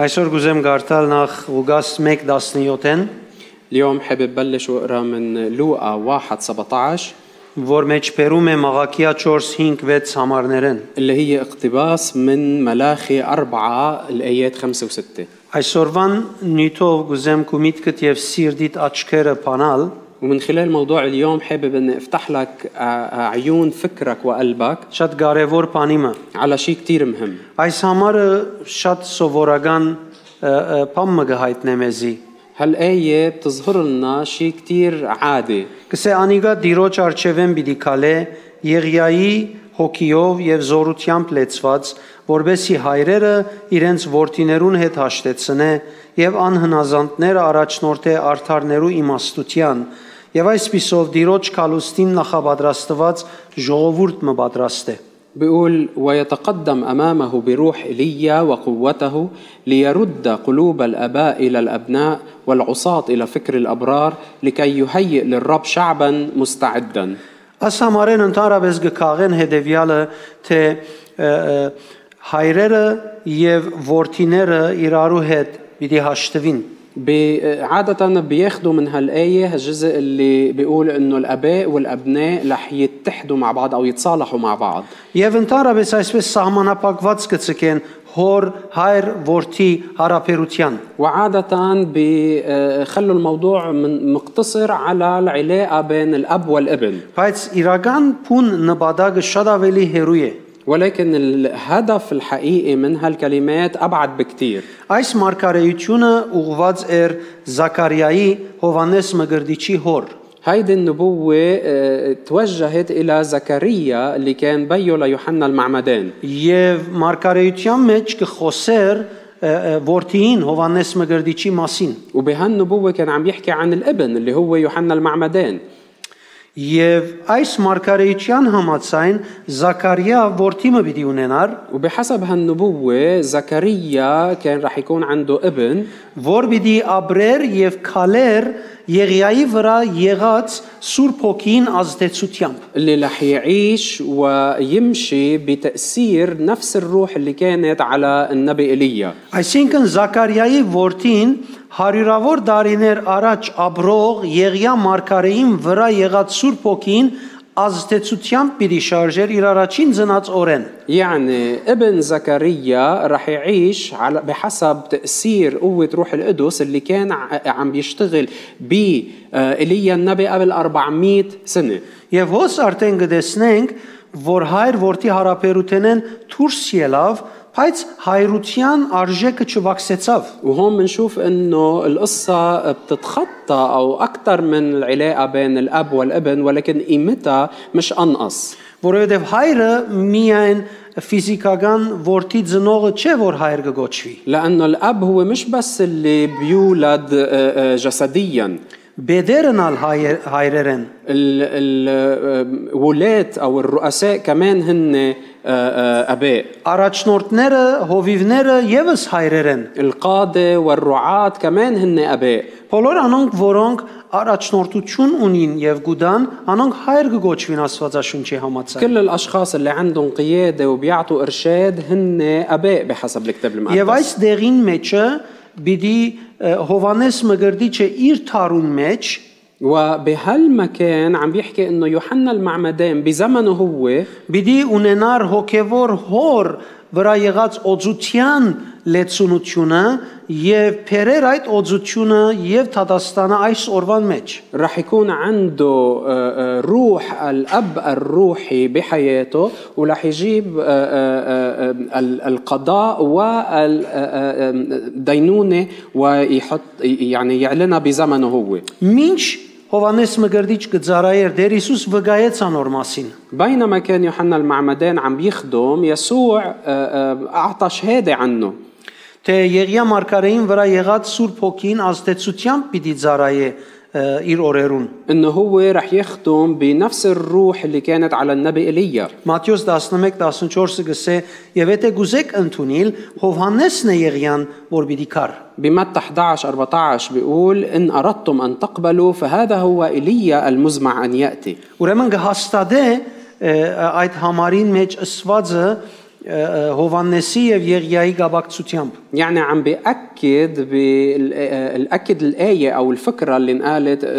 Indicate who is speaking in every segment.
Speaker 1: Այսօր գուզեմ գարտալ նախ Ղուկաս 1:17-ն,
Speaker 2: اليوم حابب بلش واقرا من لوقا 1 17
Speaker 1: որ մեջբերում է Մաղաքիա 4:5-6 համարներեն։
Speaker 2: اللي هي اقتباس من ملاخي 4 الايات 5 و6
Speaker 1: Այսօրվան նյութով գուզեմ քո միտքդ եւ սիրտիդ աչքերը փանալ,
Speaker 2: ومن خلال موضوع اليوم حابب اني افتح لك ع- عيون فكرك وقلبك
Speaker 1: շատ կարեւոր բանիմը։
Speaker 2: على شيء كثير مهم
Speaker 1: Այս համարը շատ սովորական բամը գահիտնե մեզի։
Speaker 2: هالآية بتظهر لنا شيء كثير عادي
Speaker 1: Կսե անիգա դիրոջ արչևեն պիտի քալե Եղիայի հոգիով եւ զորությամբ լեցված, որբեսի հայրերը իրենց ворթիներուն հետ հաշտեցնե եւ անհնազանդները առաջնորդե արթարներու իմաստության եւ այսպիսով դիրոջ քալուստին նախապատրաստված ժողովուրդ մը պատրաստե։
Speaker 2: بيقول ويتقدم امامه بروح ايليا وقوته ليرد قلوب الاباء الى الابناء والعصاة الى فكر الابرار لكي يهيئ للرب شعبا مستعدا
Speaker 1: Աս համարեն ընդհանրապես գքաղեն հետևյալը, թե ը, ը, հայրերը եւ ворթիները իրարու հետ պիտի հաշտվին։
Speaker 2: بي- عادة بياخدوا من هالآية الجزء اللي بيقول إنه الآباء والأبناء رح يتحدوا مع بعض أو يتصالحوا مع بعض
Speaker 1: Եվ ընդհանրապես այսպես սահմանապակված կցկեն հոր, հայր, որդի հարաբերության։
Speaker 2: وعادة بيخلوا الموضوع من مقتصر على العلاقة بين الأب والابن
Speaker 1: Բայց իրական փուն նպատակը շատ ավելի հերու է։
Speaker 2: ولكن الهدف الحقيقي من هالكلمات أبعد بكتير
Speaker 1: Այս մարգարեությունը ուղված էր Զաքարիայի Հովանես Մգրդիչի հոր։
Speaker 2: هيدي النبوة آه، توجهت إلى زكريا اللي كان بيه ليوحنا المعمدان
Speaker 1: Եվ մարգարեության մեջ կխոսեր ը, ը, որդիին Հովանես Մգրդիչի մասին։
Speaker 2: وبهالنبوة كان عم يحكي عن الابن اللي هو يوحنا المعمدان
Speaker 1: Եվ այս մարգարեության համաձայն Զաքարիա որդի մը պիտի ունենար,
Speaker 2: وبحسب هالنبوة زكريا كان رح يكون عنده ابن
Speaker 1: որ պիտի ապրեր եւ քալեր Եղիայի վրա եղած Սուրբ Հոգին ազդեցությամբ։
Speaker 2: اللي رح يعيش ويمشي بتأثير نفس الروح اللي كانت على النبي إيليا
Speaker 1: Այսինքն Զաքարիայի որդին հարյուրավոր դարիներ առաջ ապրող Եղիա մարգարեին վրա եղած Սուրբ Հոգին ազդեցությամբ պիտի շարժեր իր առաջին ծնած օրեն։
Speaker 2: يعني ابن زكريا رح يعيش على بحسب تأثير قوة روح القدس اللي كان ع- عم بيشتغل ب آه، إيليا النبي قبل 400 سنة
Speaker 1: Եվ հոս արդեն գտեսնենք, որ հայր որդի հարաբերութենեն դուրս ելավ, բայց հայրության արժեքը չվաքսեցավ։
Speaker 2: وهون بنشوف انه القصة بتتخطى او اكثر من العلاقة بين الاب والابن ولكن قيمتها مش انقص
Speaker 1: Որովհետև հայրը միայն ֆիզիկական ворթի ծնողը չէ, որ հայր կգոչվի։
Speaker 2: لانه الاب هو مش بس اللي بيولد آه، آه، جسديا
Speaker 1: Բեդերնալ հայր, հայրերեն։
Speaker 2: آه، الولاة او الرؤساء كمان هن آه، آه، اباء
Speaker 1: Առաջնորդները, հովիվները եւս հայրերեն։
Speaker 2: القادة والرعاة كمان هن اباء
Speaker 1: Բոլոր անոնք, որոնք առաջնորդություն ունին եւ գուդան, անոնք հայր կգոչվին Աստվածաշունչի համաձայն։
Speaker 2: كل الاشخاص اللي عندهم قيادة وبيعطوا ارشاد هن اباء بحسب الكتاب
Speaker 1: Եվ
Speaker 2: المقدس
Speaker 1: այս դեղին մեջը բիդի Հովանես Մգրդիչը իր թարուն մեջ
Speaker 2: وبهالمكان عم بيحكي انه يوحنا المعمدان بزمنه هو
Speaker 1: բիդի ունենար հոգևոր հոր վրա եղած օծության լեցունությունը եւ փերեր այդ օծությունը եւ Թադաստանը այս օրվան մեջ։
Speaker 2: رح يكون عنده آه، آه، روح الاب الروحي بحياته ورح يجيب آه، آه، آه، ال- القضاء آه، والدينونه ويحط يعني يعلنها بزمنه هو
Speaker 1: Մինչ Հովանես Մգրդիչ գծարայեր դեր Հիսուս վգայեց անոր մասին։
Speaker 2: بينما كان يوحنا المعمدان عم يخدم يسوع آه، آه، اعطى شهاده عنه
Speaker 1: Թե Եղիա Մարգարեին վրա եղած Սուրբ Հոգին ազդեցությամբ պիտի ծարայե ը, իր օրերուն։
Speaker 2: انه هو رح يخدم بنفس الروح اللي كانت على النبي ايليا
Speaker 1: Մատթեոս 11:14-ը գսե եւ եթե գուզեք ընդունիլ Հովհաննեսն է Եղիան, որ պիտի քար։
Speaker 2: بمتى 11 14 بيقول ان اردتم ان تقبلوا فهذا هو ايليا المزمع ان ياتي
Speaker 1: Ուրեմն գհաստադե ը, այդ համարին մեջ ըսվածը Հովաննեսի եւ Եղիայի գաբակցությամբ։
Speaker 2: يعني عم بأكد بالأكد الآية أو الفكرة اللي انقالت آه،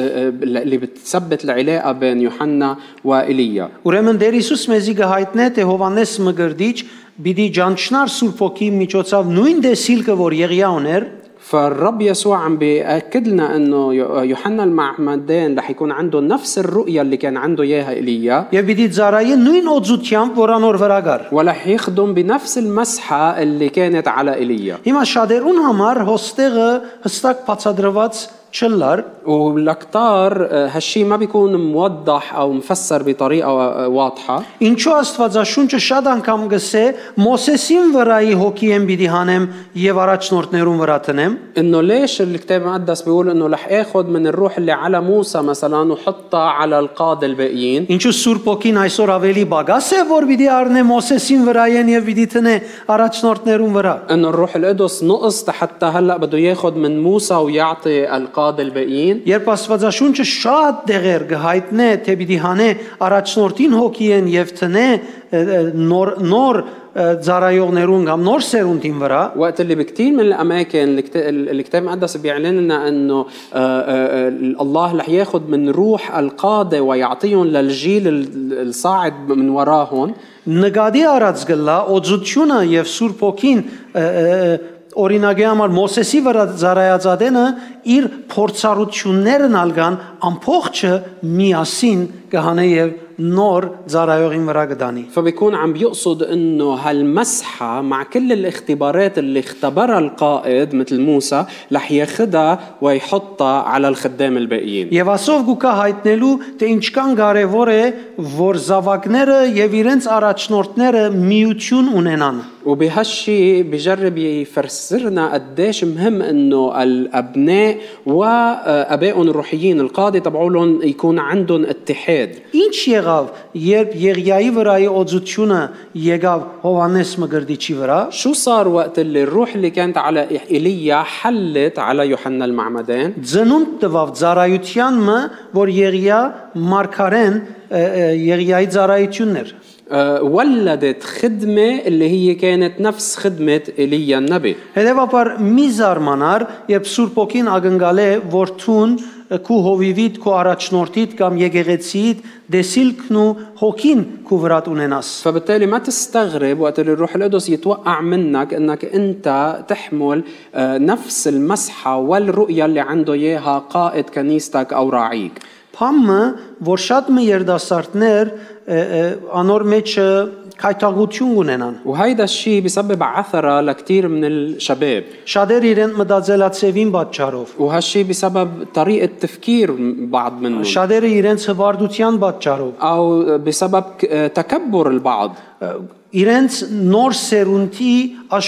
Speaker 2: اللي بتثبت العلاقة بين يوحنا وإيليا
Speaker 1: Ուրեմն Տեր Հիսուս մեզի գահիտնե թե Հովանես մգրդիչ պիտի ճանչնար Սուրբ ոգի միջոցով նույն դեսիլքը որ Եղիա ուներ,
Speaker 2: فالرب يسوع عم بيأكد لنا أنه يو- يوحنا المعمدان رح يكون عنده نفس الرؤية اللي كان عنده إياها إيليا
Speaker 1: եւ պիտի ծարայի նույն օծությամբ որանոր վրա գար։
Speaker 2: ورح يخدم بنفس المسحة اللي كانت على إيليا
Speaker 1: Հիմա շատերուն համար հոստեղը հստակ բացադրված չլար,
Speaker 2: ولكتار آه، هالشي ما بيكون موضح أو مفسر بطريقة آه، واضحة
Speaker 1: ինչու Աստվածաշունչը շատ անգամ գսե Մոսեսին վրայի հոգի եմ պիտի հանեմ եւ առաջնորդներուն վրա տնեմ։
Speaker 2: انه ليش الكتاب المقدس بيقول انه رح اخذ من الروح اللي على موسى مثلا وحطها على القاده الباقيين
Speaker 1: Ինչու Սուրբ ոգին այսօր ավելի բագաս է, որ պիտի առնե Մոսեսին վրայեն եւ պիտի տնե առաջնորդներուն վրա։
Speaker 2: انه الروح القدس نقص حتى هلا بده ياخذ من موسى ويعطي القاده الباقيين
Speaker 1: Երբ Աստվածաշունչը շատ դեղեր գհայտնե, թե պիտի հանե առաջնորդին հոգիեն եւ տնե ը, ը, նոր նոր ը, ծառայողներուն կամ նոր սերունդին վրա,
Speaker 2: وقت اللي بكتير من الاماكن اللي كت- الكتاب المقدس بيعلن لنا انه آه، آه، آه، الله رح ياخذ من روح القاده ويعطيهم للجيل ال- الصاعد من وراهم
Speaker 1: նկատի առած գլա օծությունը եւ Սուրբ ոգին ը, ը, ը, օրինակի համար Մոսեսի վրա ծառայածadենը իր փորձառություններն ալգան ամփողջը միասին կհանե եւ նոր ծառայողին վրա կդանի։
Speaker 2: فبيكون عم بيقصد انه هالمسحه مع كل الاختبارات اللي اختبرها القائد مثل موسى رح ياخدها ويحطها على الخدام الباقيين
Speaker 1: Եվ ասով գուկա հայտնելու, թե ինչքան կարևոր է, որ զավակները եւ իրենց առաջնորդները միություն ունենան։
Speaker 2: وبهالشي بجرب يفسرنا قديش مهم انه الابناء وابائهم الروحيين القاضي تبعولهم يكون عندهم اتحاد
Speaker 1: Ինչ եղավ, երբ Եղիայի վրայի օծությունը եկավ Հովանես Մգրդիչի վրա,
Speaker 2: شو صار وقت اللي الروح اللي كانت على ايليا حلت على يوحنا المعمدان
Speaker 1: ծնունդ տվավ ծառայությանը, որ Եղիա Մարգարեն ը, ը, Եղիայի ծառայությունն էր։
Speaker 2: آه، ولدت خدمة اللي هي كانت نفس خدمة إيليا النبي
Speaker 1: Հետևաբար մի զարմանար, երբ Սուրբ Օքին ագնգալ է, որ ցուն քու հովիվիդ քու առաջնորդիդ կամ եկեղեցիդ դեսիլքն ու հոգին քու վրա ունենաս։
Speaker 2: فبالتالي ما تستغرب وقت اللي الروح القدس يتوقع منك انك انت تحمل آه، نفس المسحة والرؤية اللي عنده اياها قائد كنيستك او راعيك
Speaker 1: Փամը, որ շատ մի երդասարտներ ը, ը, անոր մեջը քայտաղություն ունենան։
Speaker 2: وهيدا الشيء بسبب عثرة لكتير من الشباب
Speaker 1: Շատեր իրեն մտածելացևին պատճառով,
Speaker 2: وهالشيء بسبب طريقة تفكير بعض منهم
Speaker 1: շատերը իրենց հվարդության պատճառով,
Speaker 2: او بسبب ك- آه، تكبر البعض
Speaker 1: ը, իրենց նոր սերունդի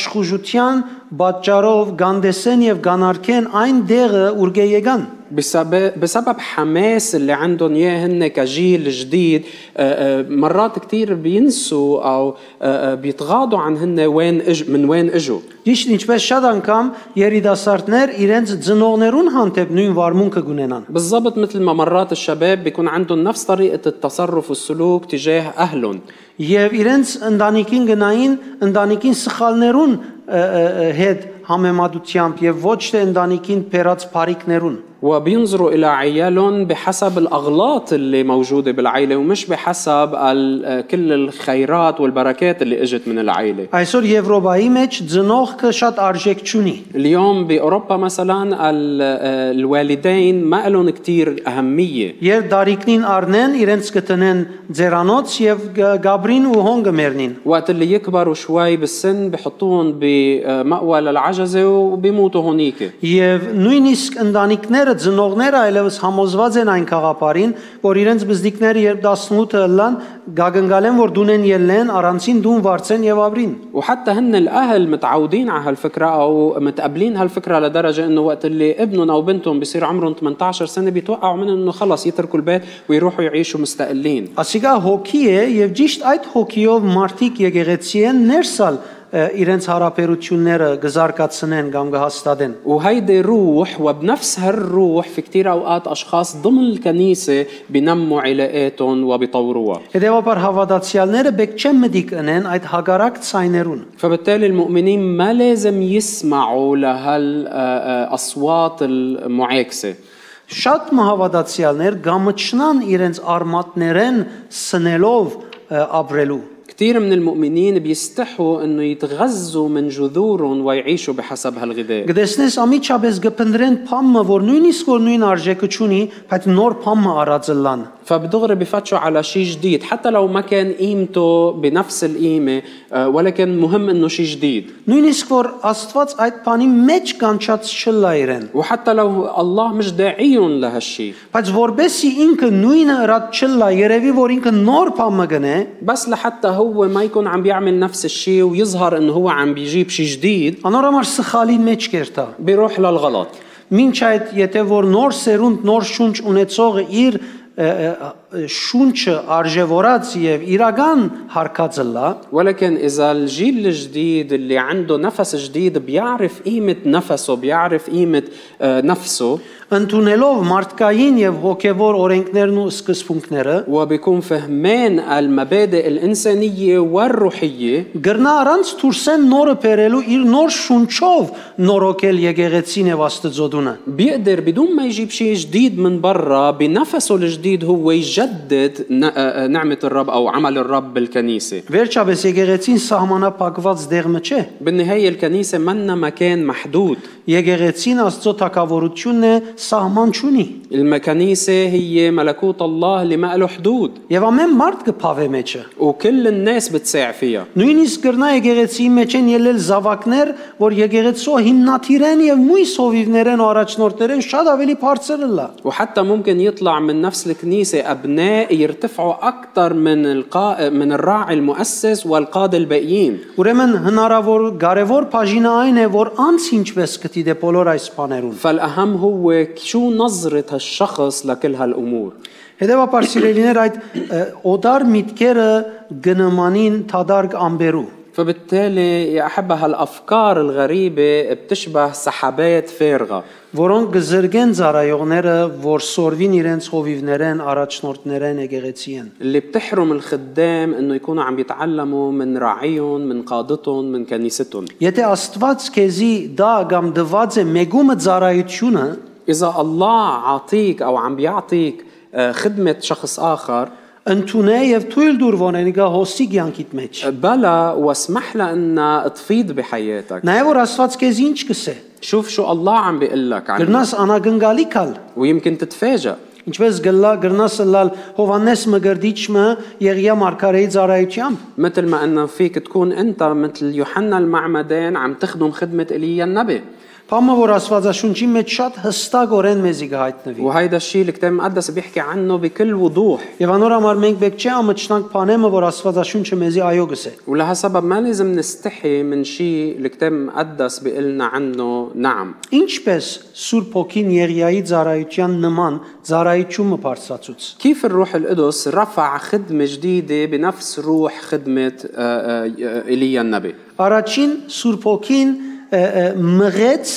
Speaker 1: աշխուժության պատճառով գանդեսեն եւ գանարքեն այն դեղը ուր գեգան։
Speaker 2: بسبب بسبب حماس اللي عندهم اياه هن كجيل جديد آه، آه، مرات كتير بينسوا او آه، آه، بيتغاضوا عن هن وين إج من وين اجوا
Speaker 1: Ճիշտ ինչպես շատ անգամ երիտասարդներ իրենց ծնողներուն հանդեպ նույն վարմունքը գունենան։
Speaker 2: بالضبط مثل ما مرات الشباب بيكون عندهم نفس طريقة التصرف والسلوك تجاه أهلهم
Speaker 1: Եվ իրենց ընտանիքին գնային ընտանիքին սխալներուն ը, ը, ը, հետ համեմատությամբ եւ ոչ թե ընտանիքին բերած բարիկներուն։
Speaker 2: وبينظروا إلى عيالهم بحسب الأغلاط اللي موجودة بالعيلة ومش بحسب ال- آه، كل الخيرات والبركات اللي اجت من العيلة
Speaker 1: Այսօր Եվրոպայի մեջ ծնողքը շատ արժեք չունի։
Speaker 2: اليوم بأوروبا مثلا ال- آه، الوالدين ما لهم كتير أهمية
Speaker 1: Երբ դարիքնին առնեն, իրենց կտնեն ձերանոց եւ գ- գաբրին ու հոնգը մեռնին։
Speaker 2: وقت اللي يكبروا شوي بالسن بحطوهم بمأوى للعجزة وبيموتوا هونيك
Speaker 1: Եվ նույնիսկ ընտանիքները, ծնողները այլևս համոզված են այն խաղապարին, որ իրենց բզդիկները երբ 18-ը լան, գագնգալեն, որ դունեն ելնեն, առանցին դուն վարձեն եւ ապրին։
Speaker 2: وحتى هن الأهل متعودين على هالفكرة أو متقبلين هالفكرة لدرجة إنه وقت اللي ابنهم أو بنتهم بصير عمرهم 18 سنة بيتوقعوا منهم إنه خلص يتركوا البيت ويروحوا يعيشوا مستقلين
Speaker 1: Ասիկա հոգի է եւ ճիշտ այդ հոգիով մարդիկ եկեղեցի են ներսալ ը, իրենց հարաբերությունները գզարկացնեն կամ կհաստատեն։
Speaker 2: وهيدي الروح وبنفسها الروح في كتير أوقات أشخاص ضمن الكنيسة بنموا علاقاتهم وبطوروها
Speaker 1: Հետևաբար հավատացյալները բեք չեն մտիկ ընեն այդ հագարակ ցայներուն։
Speaker 2: فبالتالي المؤمنين ما لازم يسمعوا لهالأصوات المعاكسة
Speaker 1: Շատ մահավատացյալներ գամճնան իրենց արմատներեն սնելով ը, ապրելու։
Speaker 2: كثير من المؤمنين بيستحوا انه يتغذوا من جذورهم ويعيشوا بحسب هالغذاء
Speaker 1: Գտեսնես ամիջապես գփնդրեն փամը, որ նույնիսկ որ նույն արժեքը չունի, բայց նոր փամը առածլան։
Speaker 2: فبدغري بفتشوا على شيء جديد حتى لو ما كان قيمته بنفس القيمة آه، ولكن مهم انه شيء جديد
Speaker 1: Նույնիսկ որ Աստված այդ բանի մեջ կանչած չլա իրեն,
Speaker 2: وحتى لو الله مش داعيهم لهالشيء
Speaker 1: բայց որբեսի ինքը նույնը հրած չլա, երևի որ ինքը նոր փամը գնե,
Speaker 2: بس لحتى هو ما يكون عم بيعمل نفس الشيء ويظهر انه هو عم بيجيب شيء جديد
Speaker 1: անորոմար սխալի մեջ կերտա։
Speaker 2: بيروح للغلط
Speaker 1: Մինչ այդ եթե որ նոր սերունդ նոր շունչ ունեցողը իր ը, ը, ը, շունչը արժևորած եւ իրական հարկածը լա,
Speaker 2: ولكن إذا الجيل الجديد اللي عنده نفس جديد بيعرف قيمة نفسه بيعرف قيمة آه، نفسه
Speaker 1: ընդունելով մարդկային եւ հոգեվոր օրենքներն ու սկզբունքները,
Speaker 2: وبيكون فهمان المبادئ الإنسانية والروحية
Speaker 1: գրնա առանց դուրսեն նորը բերելու իր նոր շունչով նորոգել եկեղեցին եւ աստծոդունը։
Speaker 2: بيقدر بدون ما يجيب شيء جديد من برا بنفسه الجديد هو يجدد ن- آه، آه، نعمة الرب أو عمل الرب بالكنيسة
Speaker 1: Վերջապես եկեղեցին սահմանապակված դեղմը չէ։
Speaker 2: بالنهاية الكنيسة منا مكان محدود
Speaker 1: Եկեղեցին Աստծո թակավորությունն է, սահման չունի։
Speaker 2: الكنيسة هي ملكوت الله اللي ما له حدود
Speaker 1: Եվ ամեն մարդ կփավե մեջը։
Speaker 2: وكل الناس بتساع فيها
Speaker 1: Նույնիսկ գրնա եկեղեցիի մեջ են ելել զավակներ, որ եկեղեցու հիմնաթիրեն եւ մույս հովիվներեն ու առաջնորդներեն շատ ավելի բարձր լա։
Speaker 2: وحتى ممكن يطلع من نفس الكنيسة أبناء يرتفعوا أكثر من القا... من الراعي المؤسس والقادة الباقيين
Speaker 1: Ուրեմն հնարավոր կարևոր բաժինը այն է, որ անց ինչպես կդիտե բոլոր այս բաներուն։
Speaker 2: فالأهم هو شو نظرة هالشخص لكل هالأمور
Speaker 1: Հետևաբար սիրելիներ այդ ը, օդար միտքերը գնամանին թադարգ ամբերու։
Speaker 2: فبالتالي يا أحبة هالأفكار الغريبة بتشبه سحابات فارغة
Speaker 1: որոնք գզրգեն ծառայողները, որ սորվին իրենց հովիվներեն, առաջնորդներեն եկեղեցին։
Speaker 2: اللي بتحرم الخدام انه يكونوا عم يتعلموا من راعيهم من قادتهم من كنيستهم
Speaker 1: Եթե Աստված քեզի դա կամ դված է մեգումը ծառայությունը,
Speaker 2: اذا الله عاطيك او عم بيعطيك آه، خدمه شخص اخر
Speaker 1: ընդունե եւ թույլ դուր վոնենիկա հոսի կյանքիդ մեջ։
Speaker 2: بلا واسمح لها انها تفيض بحياتك
Speaker 1: Նայ որ Աստված քեզ ինչ կսե։
Speaker 2: شوف شو الله عم بيقول لك عنه
Speaker 1: Գրնաս անագնգալի կալ։
Speaker 2: ويمكن تتفاجأ
Speaker 1: Ինչպես գլա գրնաս լալ Հովանես մգրդիչը Եղիա Մարկարեի ծառայությամբ։
Speaker 2: مثل ما انه فيك تكون انت مثل يوحنا المعمدان عم تخدم خدمه ايليا النبي
Speaker 1: Փամը որ Աստվածաշունչի մեջ շատ հստակ օրեն մեզի կհայտնվի։
Speaker 2: وهيدا الشيء الكتاب المقدس بيحكي عنه بكل وضوح
Speaker 1: Եվ անոր համար մենք պետք չէ ամճնանք բանեմը որ Աստվածաշունչը մեզի այո գսե։
Speaker 2: ولهالسبب ما لازم نستحي من شيء الكتاب المقدس بيقلنا عنه نعم
Speaker 1: Ինչպես Սուրբ Հոգին Եղիայի ծառայության նման ծառայությունը բարձրացուց։
Speaker 2: كيف الروح القدس رفع خدمة جديدة بنفس روح خدمة آه، آه، آه، إيليا النبي
Speaker 1: Առաջին Սուրբ Հոգին ը, ը, մղեց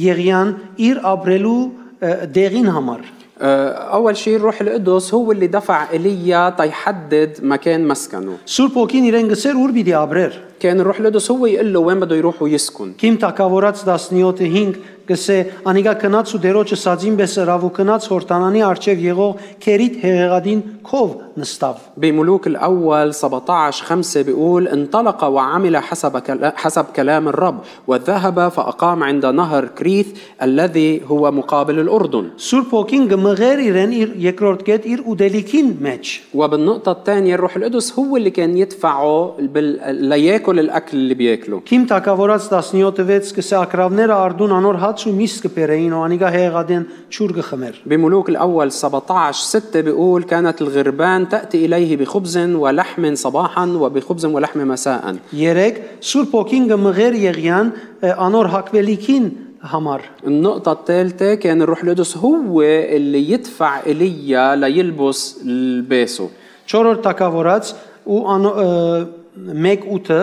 Speaker 1: Եղիան իր ապրելու ը, դեղին համար։
Speaker 2: آه، أول شيء الروح القدس هو اللي دفع إيليا تيحدد مكان مسكنه
Speaker 1: Սուրբ Հոգին իրեն գսեր ուր պիտի ապրեր։
Speaker 2: كان الروح القدس هو يقول له وين بده يروح ويسكن
Speaker 1: Քիմ Տակավորած 17:5 գսե անիկա կնաց ու դերոջը սածին բես հրավու կնաց հորտանանի արջև եղող քերիտ հեղեղադին քով նստավ։
Speaker 2: بملوك الأول 17 5 بيقول انطلق وعمل حسب كلا- حسب كلام الرب وذهب فأقام عند نهر كريث الذي هو مقابل الأردن
Speaker 1: Սուրբ Հոգին գմղեր իրեն իր երկրորդ կետ իր ուդելիքին մեջ։
Speaker 2: وبالنقطة الثانية الروح القدس هو اللي كان يدفعه بال... لياكل الأكل اللي بياكله
Speaker 1: Քիմ Տակավորած 17:6 գսե ակրավները արդուն անոր հաց ու միս կբերեին ու անիկա հեղեղադեն ճուր գխմեր։
Speaker 2: بملوك الأول 17 6 بيقول كانت الغربان تأتي إليه بخبز ولحم صباحا وبخبز ولحم مساء
Speaker 1: 3 Սուրբ Օքին գմղեր Եղիան ը, անոր հակվելիքին համար։
Speaker 2: النقطة الثالثة كان الروح القدس هو اللي يدفع إيليا ليلبس لباسه
Speaker 1: 4 Տակավորած ու անո- ը, 1:8-ը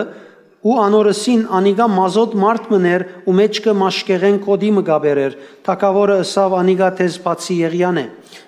Speaker 1: ու անորսին անիգա մազոտ մարդ մներ ու մեջքը մաշկեղեն կոդի մգաբերեր թակավորը ըսավ անիգա թեզ բացի եղյան է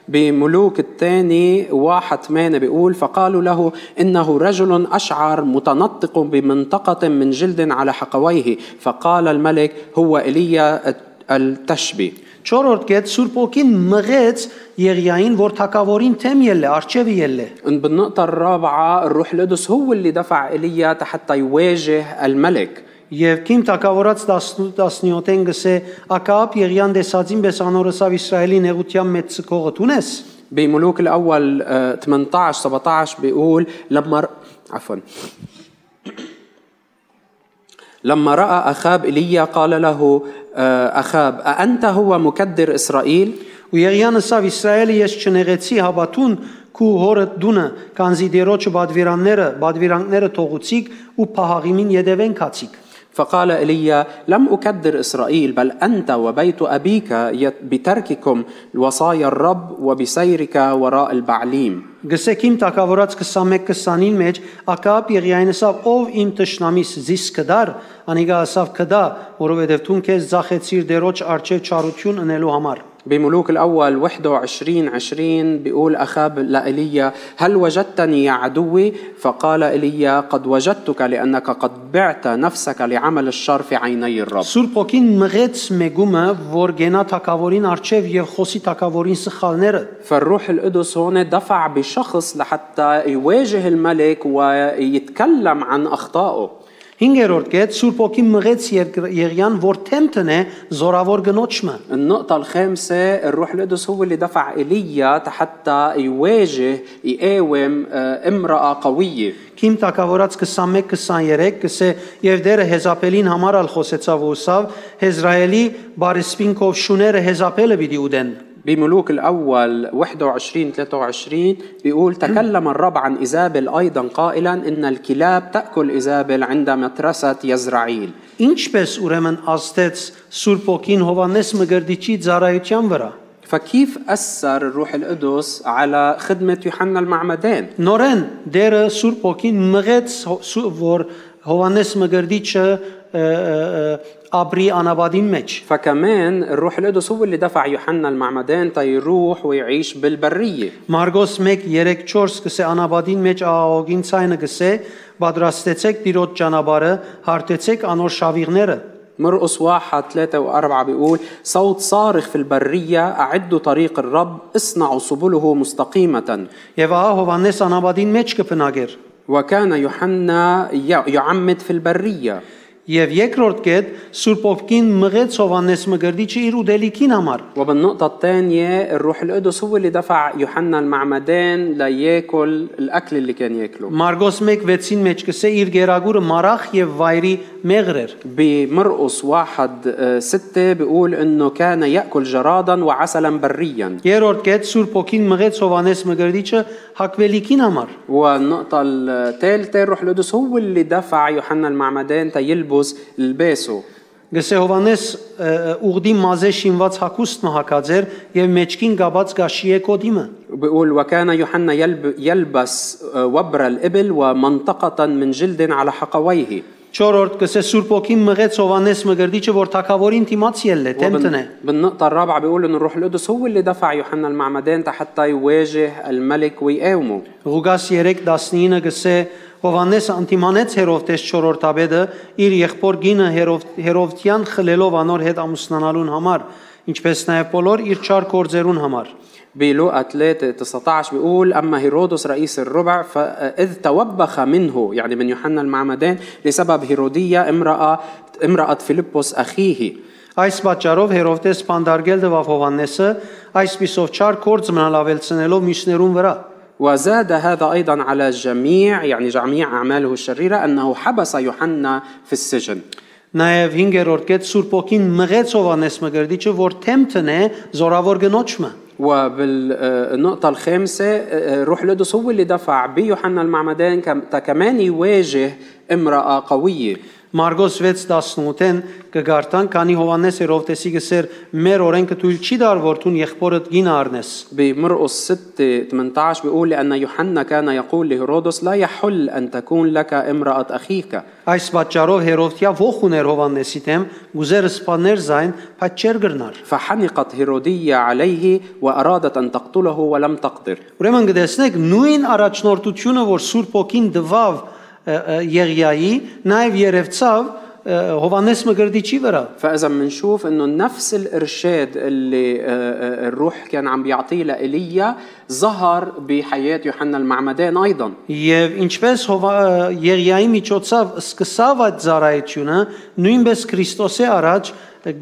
Speaker 2: بملوك الثاني واحد ثمانية بيقول فقالوا له إنه رجل أشعر متنطق بمنطقة من جلد على حقويه فقال الملك هو إيليا التشبي
Speaker 1: 4-րդ կետ Սուրբ ոգին մղեց Եղիային որ թակավորին թեմ ելը արջևի ելը
Speaker 2: إن بالنقطة الرابعة الروح القدس هو اللي دفع إيليا حتى يواجه الملك
Speaker 1: Եվ Քիմ Տակավորած 17-ին գսե Ակաապ Եղիան դեսածին բես անորսավ Իսրայելի նեղության մեծ ցկողը տունես
Speaker 2: بملوك الأول آه، 18 17 بيقول لما ر... عفوا لما رأى أخاب إيليا قال له آه، أخاب أأنت هو مكدر إسرائيل؟
Speaker 1: ու Եղիանը սավ Իսրայելի ես չնեղեցի հավատուն քու հորդ դունը կանզի դերոջը բադվիրանները բադվիրանները թողուցիկ ու փահաղիմին յետևեն քացիկ
Speaker 2: فقال إيليا لم أكدر إسرائيل بل أنت وبيت أبيك يت- بترككم وصايا الرب وبسيرك وراء البعليم
Speaker 1: Գսեքիմ Տակավորած 21-29-ին մեջ Ակաապ Եղիանը ասավ ով իմ ճշնամիս զիս կդար անիգա ասավ կդա որովհետև դուն քեզ զախեցիր դերոջ արչև չարություն ընելու համար
Speaker 2: بملوك الأول 21 20 بيقول أخاب لإيليا هل وجدتني يا عدوي؟ فقال إيليا قد وجدتك لأنك قد بعت نفسك لعمل الشر في عيني الرب
Speaker 1: Սուրբ ոգին մղեց մեգումը որ գենա Տակավորին արչև եւ խոսի Տակավորին սխալները
Speaker 2: فالروح القدس هون دفع بشخص لحتى يواجه الملك ويتكلم عن أخطائه
Speaker 1: 5-րդ կետ Սուրբ ոգին մղեց երկր- Եղիան որ թեմթն է զորավոր գնոճը
Speaker 2: النقطة الخامسة الروح القدس هو اللي دفع إيليا حتى يواجه يقاوم آه، امرأة قوية
Speaker 1: Քիմ Տակավորած 21-23 կսե եւ դերը Հեզապելին համարալ խոսեցավ ու սավ Հեզրայելի բարիսպինկով շուները Հեզապելը պիտի ուդեն
Speaker 2: بملوك الأول 21 23 بيقول تكلم الرب عن إيزابل أيضا قائلا إن الكلاب تأكل إيزابل عند مترسة يزرعيل
Speaker 1: Ինչպես ուրեմն աստեց Սուրբ ոգին Հովանես Մգրդիչի ծառայության վրա
Speaker 2: فكيف أثر الروح القدس على خدمة يوحنا المعمدان؟
Speaker 1: Նորեն դերը Սուրբ ոգին մղեց հո- Սու- որ Հովանես Մգրդիչը ը, ը, ը, ապրի անաբադին մեջ
Speaker 2: فكمان الروح القدس هو اللي دفع يوحنا المعمدان تيروح ويعيش بالبرية
Speaker 1: Մարգոս 1:3-4 սկսե անաբադին մեջ աղաղին ցայնը գսե պատրաստեցեք ծիրոջ ճանապարհը հարտեցեք անոր շավիղները
Speaker 2: مرقس واحد ثلاثة وأربعة بيقول صوت صارخ في البرية أعدوا طريق الرب اصنعوا سبله مستقيمة
Speaker 1: եւ ահա Հովանես անաբադին մեջ կփնագեր
Speaker 2: وكان يوحنا ي- يعمد في البرية
Speaker 1: եւ երկրորդ կետ Սուրբ ովքին մղեց Հովանես մգրդիչը իր ուդելիքին համար
Speaker 2: وبالنقطة الثانية الروح القدس هو اللي دفع يوحنا المعمدان لياكل الأكل اللي كان ياكله
Speaker 1: Մարգոս 1:6-ին մեջ կսե իր գերագուրը մարախ եւ վայրի մեղրեր
Speaker 2: بمرقس واحد آه، ستة بيقول إنه كان يأكل جرادا وعسلا بريا
Speaker 1: երրորդ կետ Սուրբ ովքին մղեց Հովանես մգրդիչը հակվելիքին համար
Speaker 2: والنقطة الثالثة الروح القدس هو اللي دفع يوحنا المعمدان تيلبس لباسه
Speaker 1: Գսե Հովանես ը, ը, ուղդի մազե շինված հակուստ մահակաձեր եւ մեջքին գաբած գաշի եկոդիմը
Speaker 2: بيقول وكان يوحنا يلب يلبس آه، وبر الإبل ومنطقة من جلد على حقويه
Speaker 1: 4-րդ գսե Սուրբ ոգին մղեց Հովանես մգրդիչը որ թակավորին թիմաց ելլե տեմտնե
Speaker 2: وبال- بالنقطة الرابعة بيقول إن الروح القدس هو اللي دفع يوحنا المعمدان حتى يواجه الملك ويقاومه
Speaker 1: Ղուկաս 3:19-ը գսե Հովանես անտիմանեց հերովտես 4-րդ աբեդը իր եղբոր գինը հերով հերովտյան խլելով անոր հետ ամուսնանալուն համար ինչպես նաեւ բոլոր իր չար կորձերուն համար
Speaker 2: بلوقا 3 19 بيقول اما هيرودس رئيس الربع فاذ توبخ منه يعني من يوحنا المعمدان لسبب هيروديه امراه امراه فيلبس اخيه
Speaker 1: Այս պատճառով հերովտես Պանդարգել դվավ Հովանեսը այսպիսով չար կորձ մնալ ավելցնելով միշներուն վրա
Speaker 2: وزاد هذا ايضا على الجميع يعني جميع اعماله الشريره انه حبس يوحنا في السجن
Speaker 1: Նաև 5-րդ կետ Սուրբ ոգին մղեց Հովանես մգրդիչը, որ թեմթն է զորավոր գնոճը։
Speaker 2: وبالنقطة الخامسة آه، روح القدس هو اللي دفع بيوحنا المعمدان كم- تا كمان يواجه امرأة قوية
Speaker 1: Մարգոս 6:18-ին կգարտան, քանի Հովանես Հերովտեսի գսեր մեր օրենքը թույլ չի տար որդուն եղբորդ գին առնես։
Speaker 2: بمرقس 6 18 بيقول لأن يوحنا كان يقول لهيرودس لا يحل أن تكون لك امرأة أخيك
Speaker 1: Այս պատճառով Հերովտիա ոխ ուներ Հովանեսի դեմ, գուզեր սպաներ զայն, բայց չեր գրնար։
Speaker 2: فحنقت هيرودية عليه وأرادت أن تقتله ولم تقدر
Speaker 1: Ուրեմն գտեսնեք նույն առաջնորդությունը, որ Սուրբ ոգին դվավ ը, ը, Եղիայի, նաև երևցավ ը, Հովանես Մկրտիչի վրա։
Speaker 2: فإذا بنشوف إنه نفس الإرشاد اللي آه، آه، الروح كان عم بيعطيه لإيليا ظهر بحياة يوحنا المعمدان أيضا
Speaker 1: Եվ ինչպես Հովա- ը, Եղիայի միջոցով սկսավ այդ ծառայությունը, նույնպես Քրիստոսի առաջ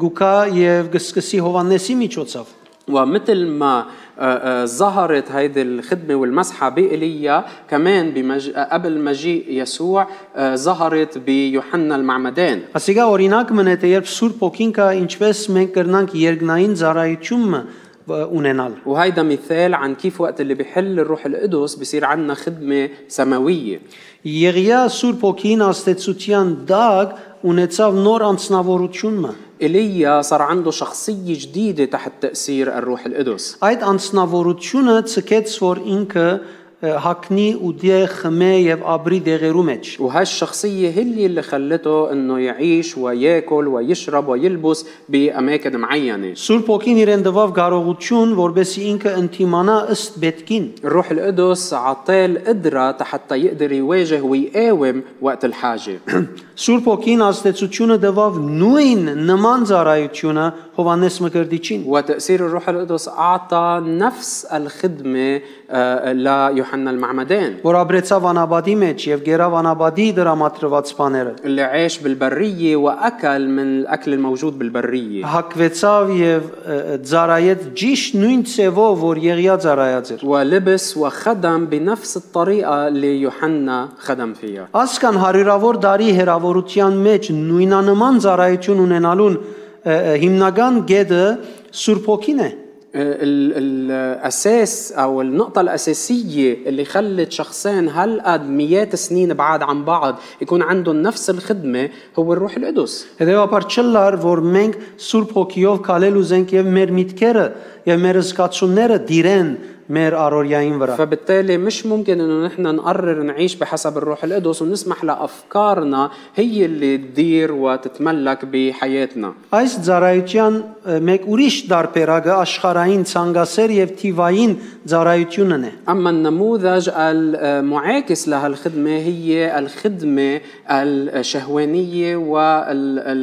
Speaker 1: գուկա եւ գսկսի Հովանեսի միջոցով։
Speaker 2: ومثل ما آه، آه، ظهرت هيدي الخدمة والمسحة بإيليا كمان بمج... آه، قبل مجيء يسوع آه، ظهرت بيوحنا المعمدان
Speaker 1: Ասիկա օրինակ մնա թե երբ Սուրբ ոգին կա, ինչպես մենք կրնանք երկնային ծառայությունը ը, ունենալ։
Speaker 2: وهيدا مثال عن كيف وقت اللي بيحل الروح القدس بصير عنا خدمة سماوية
Speaker 1: Եղիա Սուրբ ոգին աստեցության դակ ունեցավ նոր անձնավորությունը։
Speaker 2: إيليا صار عنده شخصية جديدة تحت تأثير الروح القدس
Speaker 1: Այդ անձնավորությունը ցկեց, որ ինքը ը, հակնի ու դե խմե եւ աբրի դեղերու մեջ։
Speaker 2: وهالشخصية هي اللي, اللي خلته انه يعيش وياكل ويشرب ويلبس بأماكن معينة
Speaker 1: Սուրբ ոգին իրեն տվավ կարողություն, որբեսի ինքը ընտիմանա ըստ պետքին։
Speaker 2: الروح القدس عطاه القدرة حتى يقدر يواجه ويقاوم وقت الحاجة
Speaker 1: Սուրբ ոգին աստեցությունը տվավ նույն նման ծառայությունը Հովանես Մկրտիչին։
Speaker 2: وتأثير الروح القدس أعطى نفس الخدمة آه، ليوحنا المعمدان
Speaker 1: որ ապրեցավ անաբադի մեջ եւ գերավ անաբադի դրամատրված բաները
Speaker 2: اللي عاش بالبرية وأكل من الأكل الموجود بالبرية
Speaker 1: հակվեցավ եւ ը, ը, ծառայեց ճիշտ նույն ցևով որ Եղիա ծառայած էր
Speaker 2: ولبس وخدم بنفس الطريقة اللي يوحنا خدم فيها
Speaker 1: Ասկան հարյուրավոր տարի հերավորության մեջ նույնանման ծառայություն ունենալուն ը, ը, հիմնական գեդը Սուրբ ոգին է։
Speaker 2: آه، ال- الأساس أو النقطة الأساسية اللي خلت شخصين هالقد مئات سنين بعاد عن بعض يكون عندهم نفس الخدمة هو الروح القدس
Speaker 1: Հետևաբար չլար, որ մենք Սուրբ ոգիով քալել ուզենք եւ մեր միտքերը եւ մեր զգացումները դիրեն մեր առօրյային վրա։
Speaker 2: فبالتالي مش ممكن انه نحن نقرر نعيش بحسب الروح القدس ونسمح لافكارنا هي اللي تدير وتتملك بحياتنا
Speaker 1: Այս ծառայության ը, մեկ ուրիշ դարբերակը աշխարհային ցանգասեր եւ թիվային ծառայությունն է։
Speaker 2: اما النموذج المعاكس لهالخدمه هي الخدمه الشهوانيه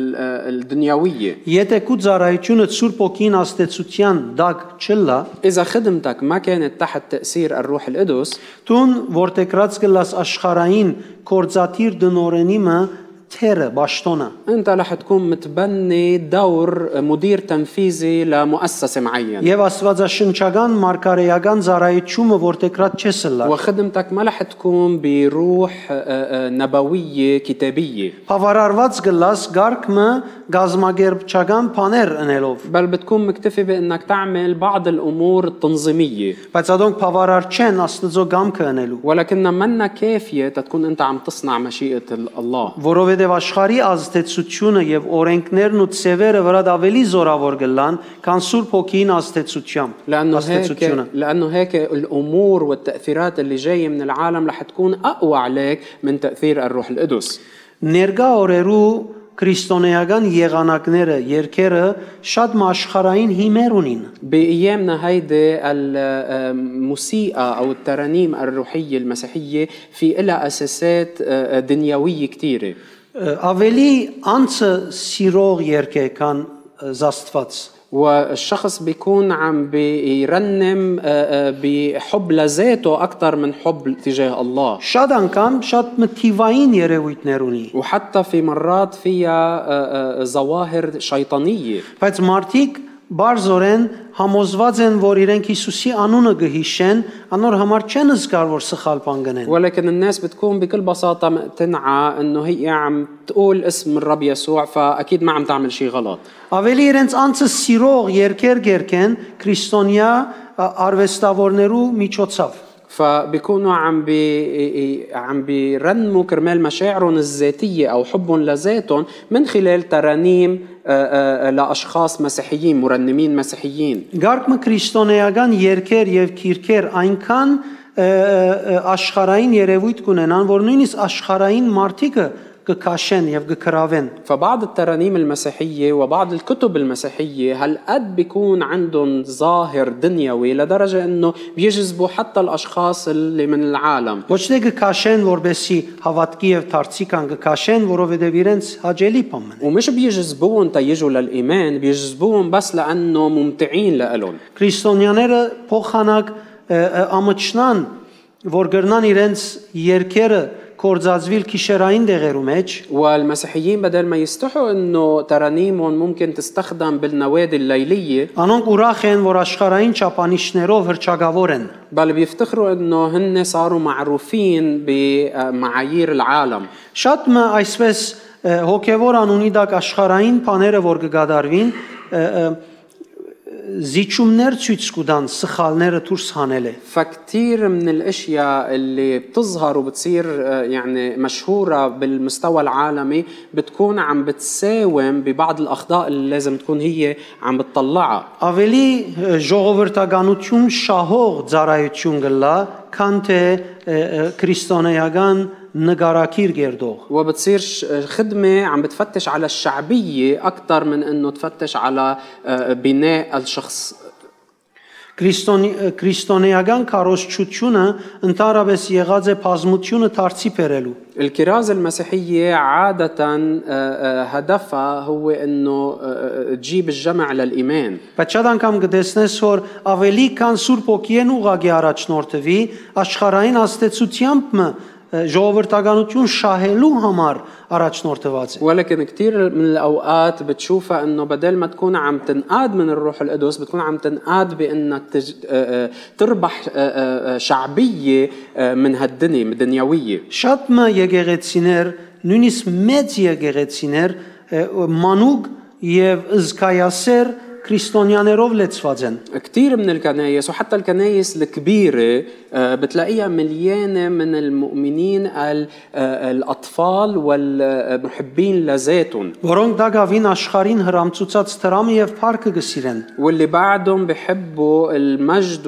Speaker 2: والدنيويه
Speaker 1: Եթե քու ծառայությունը Սուրբ ոգին աստեցության դակ չլա,
Speaker 2: إذا خدمتك ما كانت تحت تأثير الروح القدس
Speaker 1: Տուն որտեգրած կլաս աշխարային կորցաթիր դնորենիմը թերը ճշտոնը
Speaker 2: أنت رح تكون متبني دور مدير تنفيذي لمؤسسة معينة
Speaker 1: եւ աստվածաշնչական մարգարեական ծառայությունը որտեգրած չես լա։
Speaker 2: وخدمتك ما رح تكون بروح آه، آه، نبوية كتابية
Speaker 1: Խավարարված գլաս գարկմը գազմագերբչական բաներ ընելով,
Speaker 2: بل بتكون مكتفي بأنك تعمل بعض الأمور التنظيمية
Speaker 1: բայց ադոնք խավարար չեն աստծո գամքը ընելու։
Speaker 2: ولكنها منا كافية تتكون أنت عم تصنع مشيئة ال- الله
Speaker 1: որովհետև աշխարհի ազդեցությունը եւ օրենքներն ու ծևերը վրա ավելի զորավոր գլան, քան Սուրբ Հոգին ազդեցությամբ։
Speaker 2: لانه هيك لانه هيك الامور والتاثيرات اللي جايه من العالم رح تكون اقوى عليك من تاثير الروح القدس
Speaker 1: Ներգա օրերու քրիստոնեական եղանակները, երկերը շատ աշխարհային հիմեր ունին։
Speaker 2: بايامنا هيدي الموسيقى او الترانيم الروحيه المسيحيه في لها اساسات آه، آه، دنيويه كثيره
Speaker 1: Ա, Ավելի անցը սիրող երկ է, քան ը, զաստված։
Speaker 2: والشخص بيكون عم بيرنم آه، آه، بحب لذاته اكثر من حب تجاه الله
Speaker 1: Շատ անգամ շատ մթիվային երևույթներ ունի։
Speaker 2: وحتى في مرات فيها آه، آه، ظواهر شيطانيه
Speaker 1: Բայց մարդիկ բարձորեն համոզված են, որ իրենք Հիսուսի անունը գհիշեն, անոր համար չեն զգար, որ սխալ բան գնեն։
Speaker 2: ولكن الناس بتكون بكل بساطة مقتنعة انه هي عم تقول اسم الرب يسوع فاكيد ما عم تعمل شيء غلط
Speaker 1: Ավելի իրենց անձը սիրող երկեր գերքեն քրիստոնյա ա, արվեստավորներու միջոցով։
Speaker 2: فبيكونوا عم بي عم بيرنموا كرمال مشاعرهم الذاتيه او حبهم لذاتهم من خلال ترانيم آه، آه، لاشخاص مسيحيين مرنمين مسيحيين
Speaker 1: Գարկմը քրիստոնեական երկեր եւ քիրքեր այնքան ը, ը, աշխարհային երևույթ կունենան, որ նույնիսկ աշխարհային մարդիկը կքաշեն եւ կքրավեն։
Speaker 2: فبعض الترانيم المسيحيه وبعض الكتب المسيحيه هالقد بيكون عندهم ظاهر دنيوي لدرجه انه بيجذبوا حتى الاشخاص اللي من العالم
Speaker 1: Ոչ թե կքաշեն, որբեսի հավատքի եւ դարձի կան կքաշեն, որովհետեւ իրենց հաջելի բան մնա։
Speaker 2: ومش بيجذبوهم تيجوا للايمان بيجذبوهم بس لانه ممتعين لهم
Speaker 1: Քրիստոնյաները փոխանակ ը, ը, ամճնան, որ գրնան իրենց երկերը կորցածվիլ քիշերային դեղերու մեջ,
Speaker 2: والمسيحيين بدل ما يستحوا انه ترانيمهم ممكن تستخدم بالنوادي الليليه
Speaker 1: անոնք ուրախ են, որ աշխարհային ճապանիշներով հրճագավոր են։
Speaker 2: بل بيفتخروا انه هن صاروا معروفين بمعايير العالم
Speaker 1: Շատ մը այսպես ը, հոգևոր անունի դակ աշխարհային բաները, որ կգադարվին, ը, ը, զիջումներ ցույց կտան, սխալները դուրս հանել է։
Speaker 2: فكتير من الاشياء اللي بتظهر وبتصير آه، يعني مشهوره بالمستوى العالمي بتكون عم بتساوم ببعض الاخطاء اللي لازم تكون هي عم بتطلعها
Speaker 1: Ավելի ը, ժողովրդականություն շահող ծառայություն գլա, քան թե ը, ը, քրիստոնեական նկարակիր գերդող։
Speaker 2: وبتصير ش- آه، خدمة عم بتفتش على الشعبية أكثر من إنه تفتش على آه، بناء الشخص
Speaker 1: Քրիստոնի ը, քրիստոնեական կարոշչությունը ընդառաջ եղած է բազմությունը դարձի բերելու։
Speaker 2: الكرازة المسيحية عادة آه، آه، هدفها هو إنه آه، آه، تجيب الجمع للإيمان
Speaker 1: Բայց շատ անգամ կտեսնես, որ ավելի քան Սուրբ Օգիեն ուղագի առաջնորդվի աշխարհային աստեցությամբ մը, ը, ժողովրդականություն շահելու համար առաջնորդված է։
Speaker 2: ولكن كثير من الأوقات بتشوفها إنه بدل ما تكون عم تنقاد من الروح القدس بتكون عم تنقاد بإنك تج... آه، آه، تربح آه، آه، آه، شعبية آه، من هالدنيا من الدنيوية
Speaker 1: Շատ մը եկեղեցիներ, նույնիսկ մեծ եկեղեցիներ ը, մանուկ եւ զգայասեր քրիստոնյաներով լեցված են։
Speaker 2: كثير من الكنايس وحتى الكنايس الكبيرة آه، بتلاقيها مليانة من المؤمنين ال- آه، الأطفال والمحبين لذاتهم
Speaker 1: Որոնք դակավին աշխարհին հрамծուցած դրամը եւ փառքը գսիրեն։
Speaker 2: واللي بعدهم بحبوا المجد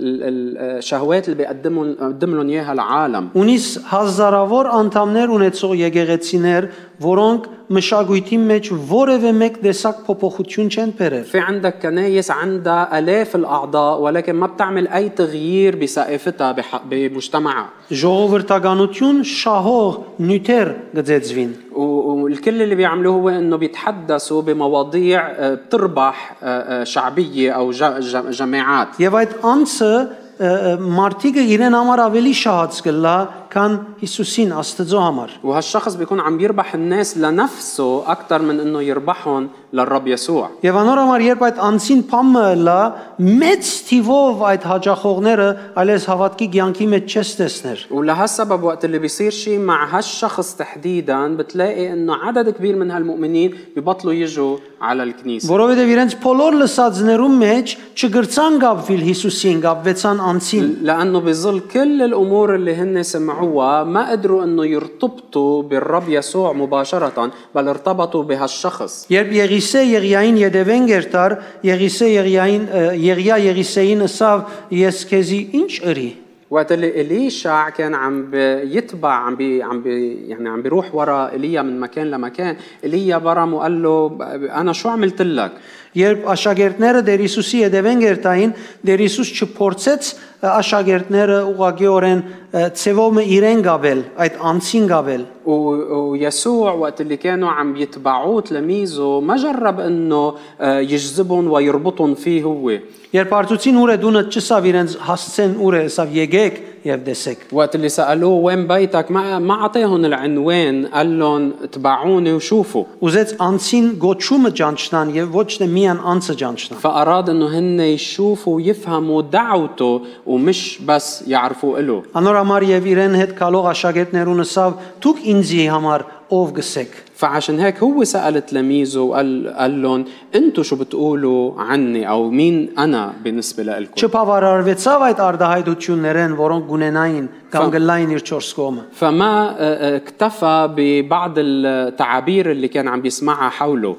Speaker 2: والشهوات اللي بيقدمهم بيقدم لهم اياها العالم
Speaker 1: Ունիս հազարավոր անդամներ ունեցող եկեղեցիներ, որոնք մշակույթի մեջ որևէ մեկ տեսակ փոփոխություն չեն բերել։
Speaker 2: في عندك كنايس عندها آلاف الأعضاء ولكن ما بتعمل أي تغيير بسقفتها بح- بمجتمعها
Speaker 1: Ժողովրդականություն շահող նյութեր գծեցվին։
Speaker 2: و- والكل اللي بيعملوه هو انه بيتحدثوا بمواضيع آه، بتربح آه، آه، شعبيه او ج- ج- جماعات
Speaker 1: Եվ այդ անցը ը, ը, մարդիկը իրեն համար ավելի շահած գլա, քան Հիսուսին Աստծո համար։
Speaker 2: وهالشخص بيكون عم يربح الناس لنفسه اكثر من انه يربحهم للرب يسوع
Speaker 1: Եվ անոր համար երբ այդ անցին փամը լա մեծ թիվով այդ հաջախողները այլես հավատքի ցանկի մեջ չես տեսներ։
Speaker 2: ولهالسبب وقت اللي بيصير شيء مع هالشخص تحديدا بتلاقي انه عدد كبير من هالمؤمنين ببطلوا يجوا على الكنيسه
Speaker 1: Որովհետև իրենց բոլոր լսածներու մեջ չգրցան գաբվիլ Հիսուսին, գաբվեցան անցին։
Speaker 2: لانه بظل كل الامور اللي هن سمعوها ما قدروا انه يرتبطوا بالرب يسوع مباشره بل ارتبطوا بهالشخص
Speaker 1: Երբ Եղիսե Եղիային յետևեն գերտար, Եղիսե Եղիային ը, Եղիա Եղիսեին ասավ՝ «Ես քեզի ինչ ըրի»։
Speaker 2: وقت اللي اليشع كان عم بيتبع عم بي عم بي يعني عم بيروح ورا ايليا من مكان لمكان ايليا برم وقال له ب- انا شو عملت لك
Speaker 1: Երբ աշակերտները դեր Հիսուսի յետևեն գերտային, դեր Հիսուս չփորձեց ը, աշակերտները ուղագիորեն ը, ցևոմը իրեն գաբել, այդ անցին գաբել։
Speaker 2: و- ويسوع وقت اللي كانوا عم يتبعوه تلاميذه ما جرب انه آه، يجذبهم ويربطهم فيه هو
Speaker 1: Երբ արծուցին ուր է դունը չսավ իրենց հասցեն ուր է, ասավ՝ «Եկեք եւ տեսեք»։
Speaker 2: وقت اللي سالوه وين بيتك ما ما اعطاهم العنوان قال لهم اتبعوني وشوفوا
Speaker 1: Ուզեց անցին գոչումը ճանչնան եւ ոչ թե միան անցը ճանչնան։
Speaker 2: فاراد انه هن يشوفوا ويفهموا دعوته ومش بس يعرفوا له
Speaker 1: Անոր համար եւ իրեն հետ գալող աշակերտներուն ասավ՝ «Դուք ինձի համար ով գսեք։
Speaker 2: فعشان هيك هو سأل تلاميذه وقال قال لهم انتوا شو بتقولوا عني او مين انا بالنسبه لكم
Speaker 1: Չփավարարվեցավ այդ արդահայտություններեն, որոնք գունենային կամ գլային իր 4 կողմը։
Speaker 2: فما آه، آه، اكتفى ببعض التعابير اللي كان عم يسمعها حوله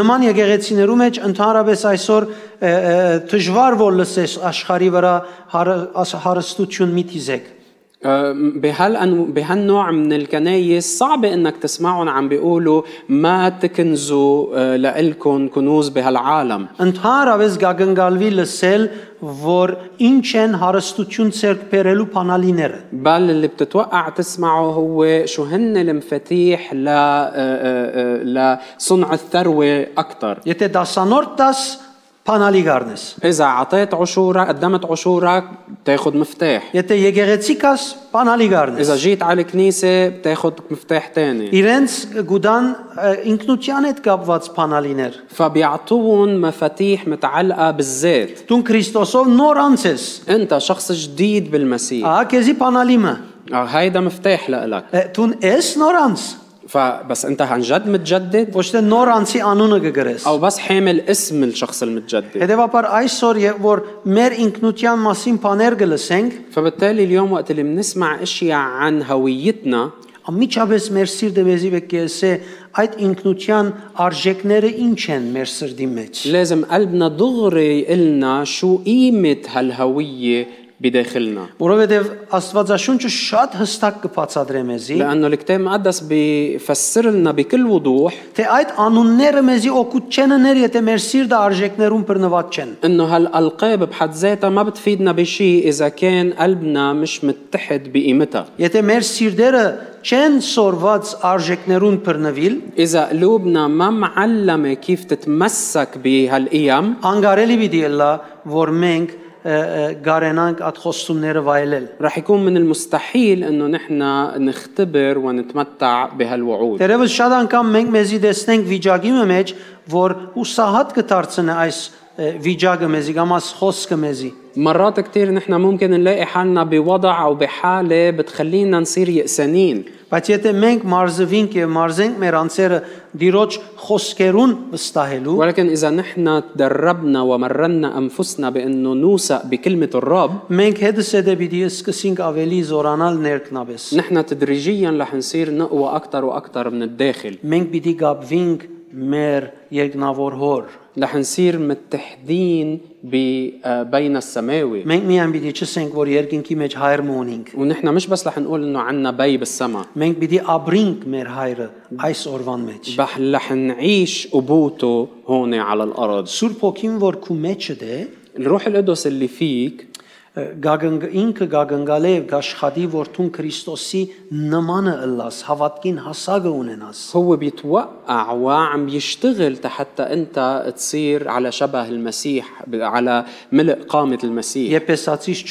Speaker 1: Նման եկեղեցիներու մեջ ընդհանրապես այսօր ը, ը, դժվար որ լսես աշխարի վրա հարը- աս- հարստություն մի թիզեք։
Speaker 2: آه، بهال بهالنوع من الكنايس صعب انك تسمعهم عم بيقولوا ما تكنزوا آه، لإلكن كنوز بهالعالم
Speaker 1: Ընդհանրապես գագնգալվի լսել, որ ինչ են հարստություն ցերկ բերելու փանալիները։
Speaker 2: بل اللي بتتوقع تسمعه هو شو هن المفاتيح ل آه، آه، آه، لصنع الثروه اكثر
Speaker 1: Եթե դասանորդ տաս փանալի գառնես։
Speaker 2: إذا أعطيت عشورك قدمت عشورك بتاخد مفتاح
Speaker 1: Եթե եկեղեցի կաս, փանալի գառնես։
Speaker 2: إذا جيت على الكنيسة بتاخد مفتاح تاني
Speaker 1: Իրենց գուդան ը, ինքնության հետ կապված փանալիներ։
Speaker 2: فبيعطون مفاتيح متعلقة بالذات
Speaker 1: Դու Քրիստոսով նոր անցես։
Speaker 2: أنت شخص جديد بالمسيح
Speaker 1: Ահա քեզի փանալիմը։
Speaker 2: آه، هيدا مفتاح لإلك
Speaker 1: ը, Դու ես նոր անց,
Speaker 2: فبس أنت عن جد متجدد
Speaker 1: ոչ թե նոր անցի անունը կգրես։
Speaker 2: أو بس حامل اسم الشخص المتجدد
Speaker 1: Հետևաբար այսօր երբ որ մեր ինքնության մասին բաներ կլսենք,
Speaker 2: فبالتالي اليوم وقت اللي بنسمع اشياء عن هويتنا
Speaker 1: Ամիջապես մեր սիրտը մեզի պետք է ասե այդ ինքնության արժեքները ինչ են մեր սրտի մեջ։
Speaker 2: لازم قلبنا دغري يقلنا شو قيمة هالهوية بداخلنا
Speaker 1: Որովհետև Աստվածաշունչը շատ հստակ կբացատրե մեզի,
Speaker 2: لانه الكتاب المقدس بيفسر لنا بكل وضوح
Speaker 1: թե այդ անունները մեզի օգուտ չեն ներ, եթե մեր սիրտը արժեքներուն բռնված չեն։
Speaker 2: انه هالالقاب بحد ذاتها ما بتفيدنا بشيء اذا كان قلبنا مش متحد بقيمتها
Speaker 1: Եթե մեր սիրտերը չեն սորված արժեքներուն բռնվել,
Speaker 2: اذا قلوبنا ما معلمه كيف تتمسك بهالقيم
Speaker 1: անգարելի պիտի լա, որ մենք ը, ը, գարենանք այդ խոստումները վայելել։
Speaker 2: رح يكون من المستحيل انه نحن نختبر ونتمتع بهالوعود
Speaker 1: Տերևս շատ անգամ մենք մեզի տեսնենք վիճակի մեջ, որ հուսահատ կդարձնե այս ը, վիճակը մեզի կամ աս խոսքը մեզի։
Speaker 2: مرات كتير نحن ممكن نلاقي حالنا بوضع او بحاله بتخلينا نصير يئسانين
Speaker 1: Բայց եթե մենք մարզվինք եւ մարզենք մեր անձերը դիրոջ խոսքերուն վստահելու,
Speaker 2: ولكن إذا نحن تدربنا ومرنا أنفسنا بأنه نوثق بكلمة الرب
Speaker 1: մենք հետս հետ պիտի սկսենք ավելի զորանալ ներքնաբես։
Speaker 2: نحن تدريجيا رح نصير نقوى أكثر وأكثر من الداخل
Speaker 1: Մենք պիտի գապվինք մեր երկնավոր հոր։
Speaker 2: رح نصير متحدين ب- آه، بين السماوي
Speaker 1: Մենք միայն պիտի չսենք, որ երկինքի մեջ հայր մոնինք։
Speaker 2: ونحن مش بس رح نقول إنه عنا بي بالسما
Speaker 1: Մենք պիտի ապրինք մեր հայրը այս օրվան մեջ։
Speaker 2: بح رح نعيش أبوته هون على الأرض
Speaker 1: Սուրբ ոգին, որ քու մեջը դե,
Speaker 2: الروح القدس اللي فيك
Speaker 1: գագնգ ինքը գագնգալե եւ գաշխատի որդուն Քրիստոսի նմանը ըլլաս, հավատքին հասակը ունենաս։
Speaker 2: هو بيتوقع وعم يشتغل حتى انت تصير على شبه المسيح ب- على ملء قامة المسيح
Speaker 1: Եփեսացիս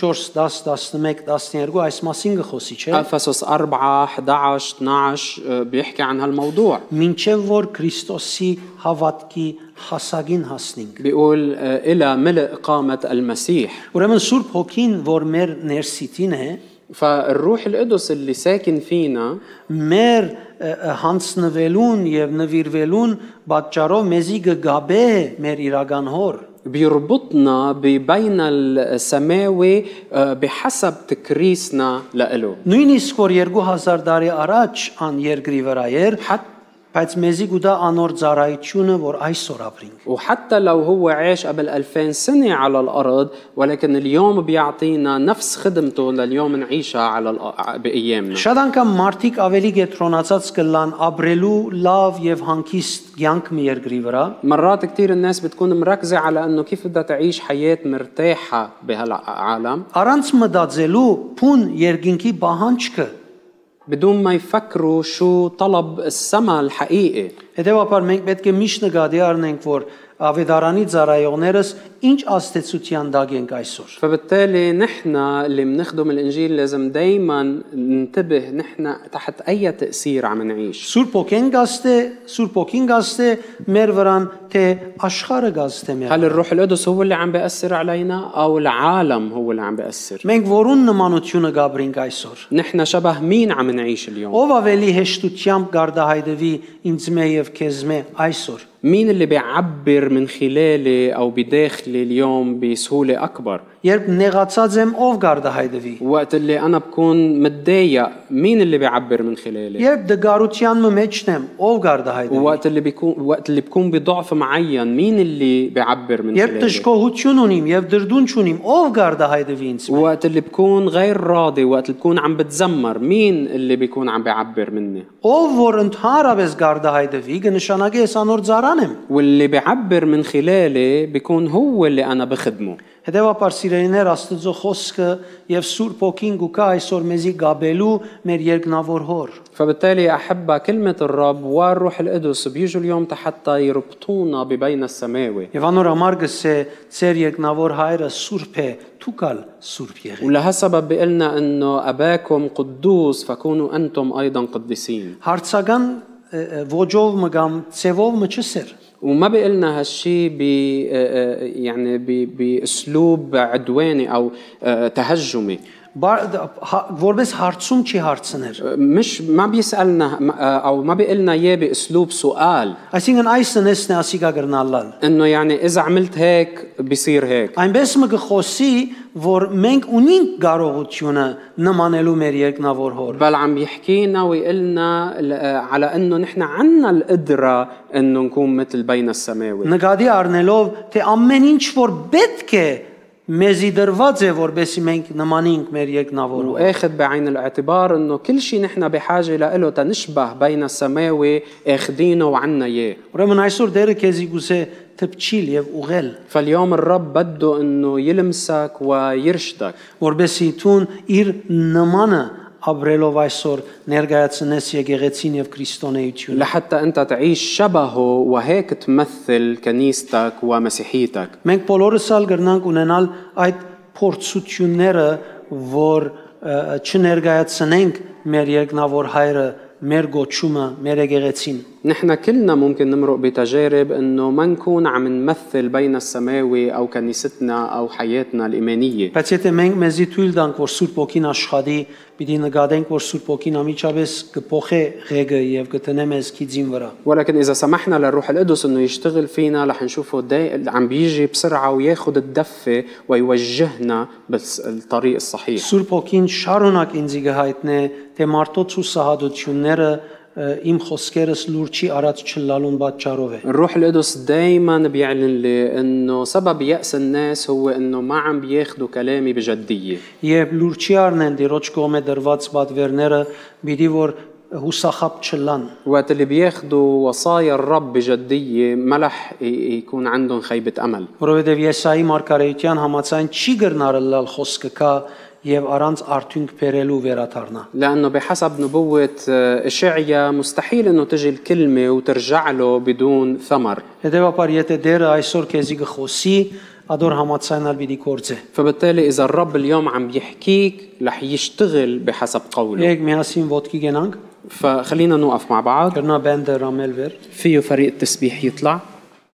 Speaker 1: 4:10-11-12 այս մասին գխոսի, չէ՞։
Speaker 2: افسس 4 11 12 آه، بيحكي عن هالموضوع
Speaker 1: Մինչև որ Քրիստոսի հավատքի հասակին հասնենք։
Speaker 2: بيقول آه، الى ملء قامة المسيح
Speaker 1: Ուրեմն Սուրբ Հոգին, որ մեր ներսիտին է,
Speaker 2: فالروح القدس اللي ساكن فينا
Speaker 1: մեր ը, ը, հանցնվելուն եւ նվիրվելուն պատճառով մեզի գգաբե մեր իրական հոր։
Speaker 2: بيربطنا بين السماوي آه، بحسب تكريسنا لإله
Speaker 1: Նույնիսկ որ 2000 տարի առաջ ան երկրի վրա էր,
Speaker 2: حتى
Speaker 1: բայց մեզի գուտա անոր ծառայությունը, որ այսօր ապրինք։
Speaker 2: وحتى لو هو عاش قبل 2000 سنة على الأرض ولكن اليوم بيعطينا نفس خدمته لليوم نعيشها على الأ- بأيامنا
Speaker 1: Շատ անգամ մարդիկ ավելի կետրոնացած կլան ապրելու լավ եւ հանգիստ կյանք մի երկրի վրա,
Speaker 2: مرات كتير الناس بتكون مركزة على أنه كيف بدها تعيش حياة مرتاحة بهالعالم
Speaker 1: առանց մտածելու փուն երկինքի բահանջքը։
Speaker 2: بدون ما يفكروا شو طلب السما الحقيقي
Speaker 1: Հետևաբար մենք պետք է միշտ նկատի առնենք, որ ավետարանի ծառայողներս ինչ աստեցության դակ ենք այսօր։
Speaker 2: فبالتالي نحن اللي بنخدم الانجيل لازم دائما ننتبه نحن تحت اي تاثير عم نعيش
Speaker 1: Սուրբ ոգին գաստե, Սուրբ ոգին գաստե մեր վրան, թե աշխարհը գաստե մեր։ վրան։
Speaker 2: هل الروح القدس هو اللي عم بياثر علينا او العالم هو اللي عم بياثر
Speaker 1: Մենք որուն նմանությունը գաբրինք այսօր։
Speaker 2: نحن شبه مين عم نعيش اليوم
Speaker 1: Ով ավելի հեշտությամբ գարդահայտվի ինձ մե եւ քեզ մե այսօր։
Speaker 2: مين اللي بيعبر من خلالي او بداخلي اليوم بسهوله اكبر
Speaker 1: Երբ նեղացած եմ, ով գարդահայտվի։
Speaker 2: وقت اللي انا بكون متضايق مين اللي بيعبر من خلالي
Speaker 1: Երբ դգարության մեջն եմ, ով գարդահայտվի։
Speaker 2: وقت اللي بيكون وقت اللي بكون بضعف معين مين اللي بيعبر من
Speaker 1: Երբ
Speaker 2: خلالي
Speaker 1: դժգոհություն ունիմ եւ դրդուն ունիմ, ով գարդահայտվի ինձ։
Speaker 2: وقت اللي بكون غير راضي وقت اللي بكون عم بتذمر مين اللي بيكون عم بيعبر مني
Speaker 1: Ով որ ընդհանրապես գարդահայտվի, կնշանակի ես անոր ծառան եմ։
Speaker 2: واللي بيعبر من خلالي بيكون هو اللي انا بخدمه
Speaker 1: Հետևաբար սիրելիներ Աստծո խոսքը եւ Սուրբ Օքին գուկա այսօր մեզի գաբելու մեր երկնավոր հոր։
Speaker 2: فبالتالي أحبة كلمة الرب والروح القدس بيجوا اليوم حتى يربطونا ببين السماوي
Speaker 1: Եվ անոր ամարգս է ծեր երկնավոր հայրը Սուրբ է, ցուկալ Սուրբ եղի։
Speaker 2: ولهالسبب بيقلنا انه اباكم قدوس فكونوا انتم ايضا قديسين
Speaker 1: Հարցական ը, ը, ոճով մը կամ ծևով մը չսեր։
Speaker 2: وما بيقلنا هالشي ب يعني ب- باسلوب عدواني او آه، تهجمي
Speaker 1: Բա- դ- հա- Որպես հարցում չի հարցներ։
Speaker 2: مش ما بيسالنا ما- او ما بيقلنا اياه باسلوب سؤال
Speaker 1: Այսինքն այս նեսն է ասիկա գրնալալ։
Speaker 2: انه يعني اذا عملت هيك بصير هيك
Speaker 1: Այնպես մը գխոսի, որ մենք ունենք կարողությունը նմանելու մեր երկնավոր հոր։
Speaker 2: بل عم يحكينا ويقلنا ل- آه، على انه نحن عنا القدره انه نكون مثل بين السماوي
Speaker 1: Նկատի առնելով, թե ամեն ինչ որ պետք է մեզի դրված է, որբեսի մենք նմանենք մեր երկնավոր հոր։
Speaker 2: واخذ بعين الاعتبار انه كل شيء نحن بحاجه له تنشبه بين السماوي اخذينه وعنا اياه
Speaker 1: Ուրեմն այսօր դերը քեզի գուսե թփչիլ եւ ուղել,
Speaker 2: فاليوم الرب بده انه يلمسك ويرشدك
Speaker 1: որբեսի ցուն իր նմանը ապրելով այսօր ներկայացնես եկեղեցին եւ քրիստոնեությունը։
Speaker 2: لحتى انت تعيش شبهه وهيك تمثل كنيستك ومسيحيتك
Speaker 1: Մենք բոլորս ալ գրնանք ունենալ այդ փորձությունները, որ ը, չներկայացնենք մեր երկնավոր հայրը, մեր գոչումը, մեր եկեղեցին։
Speaker 2: نحن كلنا ممكن نمرق بتجارب انه ما نكون عم نمثل بين السماوي او كنيستنا او حياتنا الايمانيه
Speaker 1: Բայց եթե մենք մեզի թույլ տանք, որ Սուրբ Օքին աշխատի, պիտի նկատենք, որ Սուրբ Օքին ամիջապես կփոխի ղեկը եւ կտնե մեզ քիզին վրա։
Speaker 2: ولكن اذا سمحنا للروح القدس انه يشتغل فينا رح نشوفه داي... عم بيجي بسرعه وياخذ الدفه ويوجهنا بالطريق الصحيح
Speaker 1: Սուրբ Օքին շարունակ ինձի գահիտնե, թե մարդու ցուսահատությունները ը, իմ խոսքերս լուրջի արած չլալուն պատճառով է։
Speaker 2: الروح القدس دايما بيعلن لي انه سبب يأس الناس هو انه ما عم بياخذوا كلامي بجديه
Speaker 1: Երբ լուրջի առնեն դիրոջ կողմը դրված պատվերները, պիտի որ հուսախապ չլան։
Speaker 2: وقت اللي بياخذوا وصايا الرب بجديه ما رح ي- يكون عندهم خيبه امل
Speaker 1: Որովհետև Եսայի մարգարեյան համաձայն չի գրնարելալ խոսքը կա եւ առանց արդյունք բերելու վերաթարնա։
Speaker 2: لانه بحسب نبوه آه، اشعيا مستحيل انه تجي الكلمه وترجع له بدون ثمر
Speaker 1: Հետևաբար եթե դերը այսօր քեզի գխոսի, ադոր համաձայնալ պիտի կործե։
Speaker 2: فبالتالي اذا الرب اليوم عم يحكيك رح يشتغل بحسب قوله
Speaker 1: Եկեք միասին ոդկի գնանք,
Speaker 2: فخلينا نوقف مع بعض
Speaker 1: գրնա բենդը ռամել վեր։
Speaker 2: فيه فريق التسبيح يطلع